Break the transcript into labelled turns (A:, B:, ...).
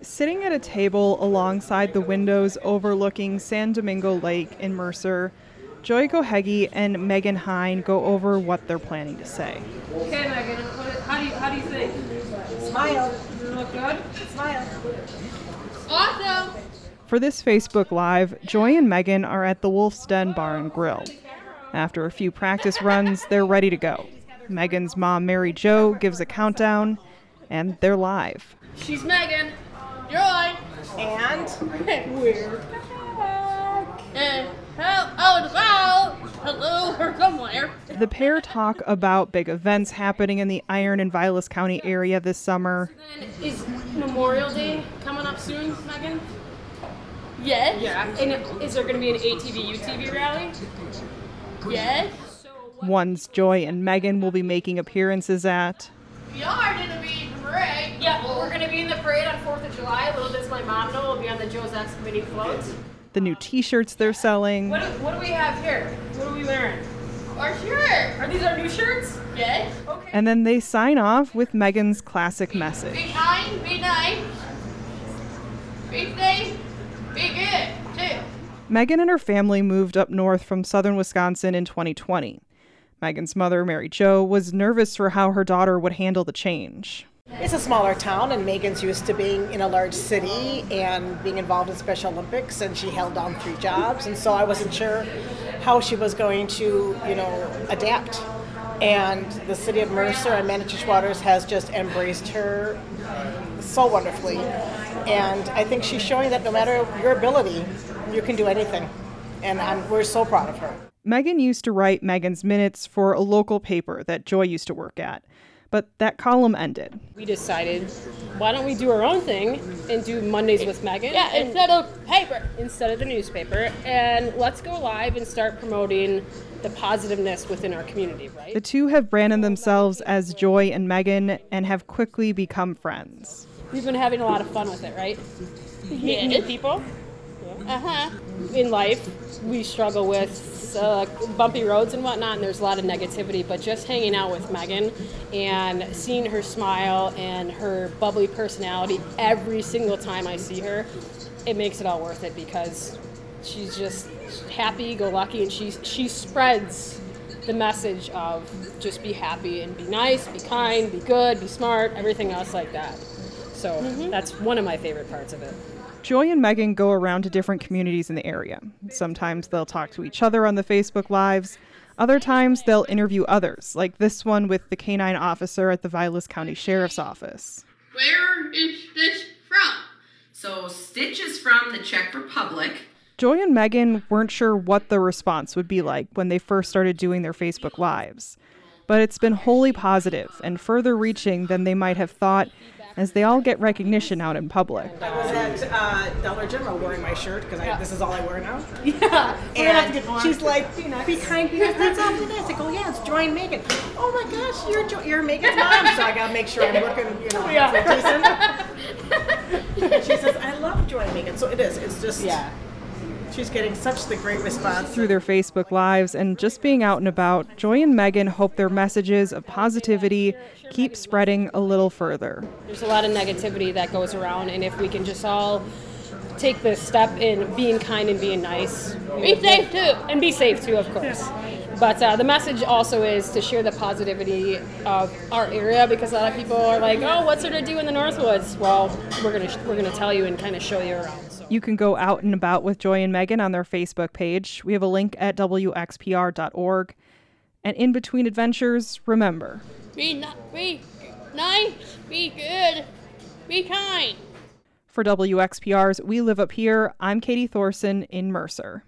A: Sitting at a table alongside the windows overlooking San Domingo Lake in Mercer, Joey Gohegi and Megan Hine go over what they're planning to say.
B: Okay, Megan, what is, how do you how do you think?
C: Smile,
B: You look good.
C: smile.
B: Awesome.
A: For this Facebook Live, Joy and Megan are at the Wolf's Den Bar and Grill. After a few practice runs, they're ready to go. Megan's mom, Mary Jo, gives a countdown, and they're live.
B: She's Megan. You're on.
C: And
B: We're back. And hello, oh, hello, hello, or somewhere.
A: The pair talk about big events happening in the Iron and Vilas County area this summer.
B: Then is Memorial Day coming up soon, Megan?
D: Yes.
B: Yeah. And is there going to be an ATV UTV rally?
D: Yes.
B: So
A: Ones Joy and Megan will be making appearances at.
D: We are gonna be in parade.
B: yeah, well, we're going to be in the parade on Fourth of July. A little bit's my mom know. We'll be on the Joe's X Committee float.
A: the new t-shirts they're selling.
B: What do, what do we have here? What are we wearing?
D: Or sure.
B: Are these our new shirts?
D: Yes.
B: Okay.
A: And then they sign off with Megan's classic message.
D: Be kind. Be nice. Be safe. Be good too.
A: Megan and her family moved up north from southern Wisconsin in 2020. Megan's mother, Mary Jo, was nervous for how her daughter would handle the change.
C: it's a smaller town, and Megan's used to being in a large city and being involved in Special Olympics, and she held down three jobs, and so I wasn't sure how she was going to, you know, adapt. And the city of Mercer and Manatee Waters has just embraced her so wonderfully, and I think she's showing that no matter your ability, you can do anything, and I'm, we're so proud of her.
A: Megan used to write Megan's minutes for a local paper that Joy used to work at, but that column ended.
E: we decided why don't we do our own thing and do Mondays with Megan?
D: Yeah.
E: and-
D: Instead of paper.
E: instead of the newspaper, and let's go live and start promoting the positiveness within our community, right?
A: The two have branded themselves as Joy and Megan and have quickly become friends.
E: We've been having a lot of fun with it, right? Meeting new people
D: Uh huh.
E: in life, we struggle with uh, bumpy roads and whatnot, and there's a lot of negativity. But just hanging out with Megan and seeing her smile and her bubbly personality every single time I see her, it makes it all worth it because she's just happy, go lucky, and she she spreads the message of just be happy and be nice, be kind, be good, be smart, everything else like that. So that's one of my favorite parts of it.
A: Joy and Megan go around to different communities in the area. Sometimes they'll talk to each other on the Facebook Lives. Other times they'll interview others, like this one with the canine officer at the Vilas County Sheriff's Office.
F: Where is this from?
G: So Stitch is from the Czech Republic.
A: Joy and Megan weren't sure what the response would be like when they first started doing their Facebook Lives, but it's been wholly positive and further reaching than they might have thought as they all get recognition out in public.
C: I was at uh, Dollar General wearing my shirt because this is all I wear now.
B: yeah.
C: And she's like, be, kind, be nice. That's awfully nice. I go, yeah, it's Joy and Megan. Oh my gosh, you're jo- you're Megan's mom, so I gotta make sure I'm looking, you know, decent. and she says, I love Joy and Megan. So it is. It's just
E: Yeah.
C: She's getting such the great response.
A: through their Facebook Lives and just being out and about, Joy and Megan hope their messages of positivity keep spreading a little further.
E: There's a lot of negativity that goes around, and if we can just all take this step in being kind and being nice,
D: Be safe too.
E: and be safe too, of course. But uh, the message also is to share the positivity of our area because a lot of people are like, "Oh, what's there to do in the Northwoods?" Well, we're gonna we're gonna tell you and kind of show you around. So.
A: You can go out and about with Joy and Megan on their Facebook page. We have a link at wxpr.org. And in between adventures, remember
D: Be not. Be nice. Be good. Be kind.
A: for WXPR's We Live Up Here, I'm Katie Thorson in Mercer.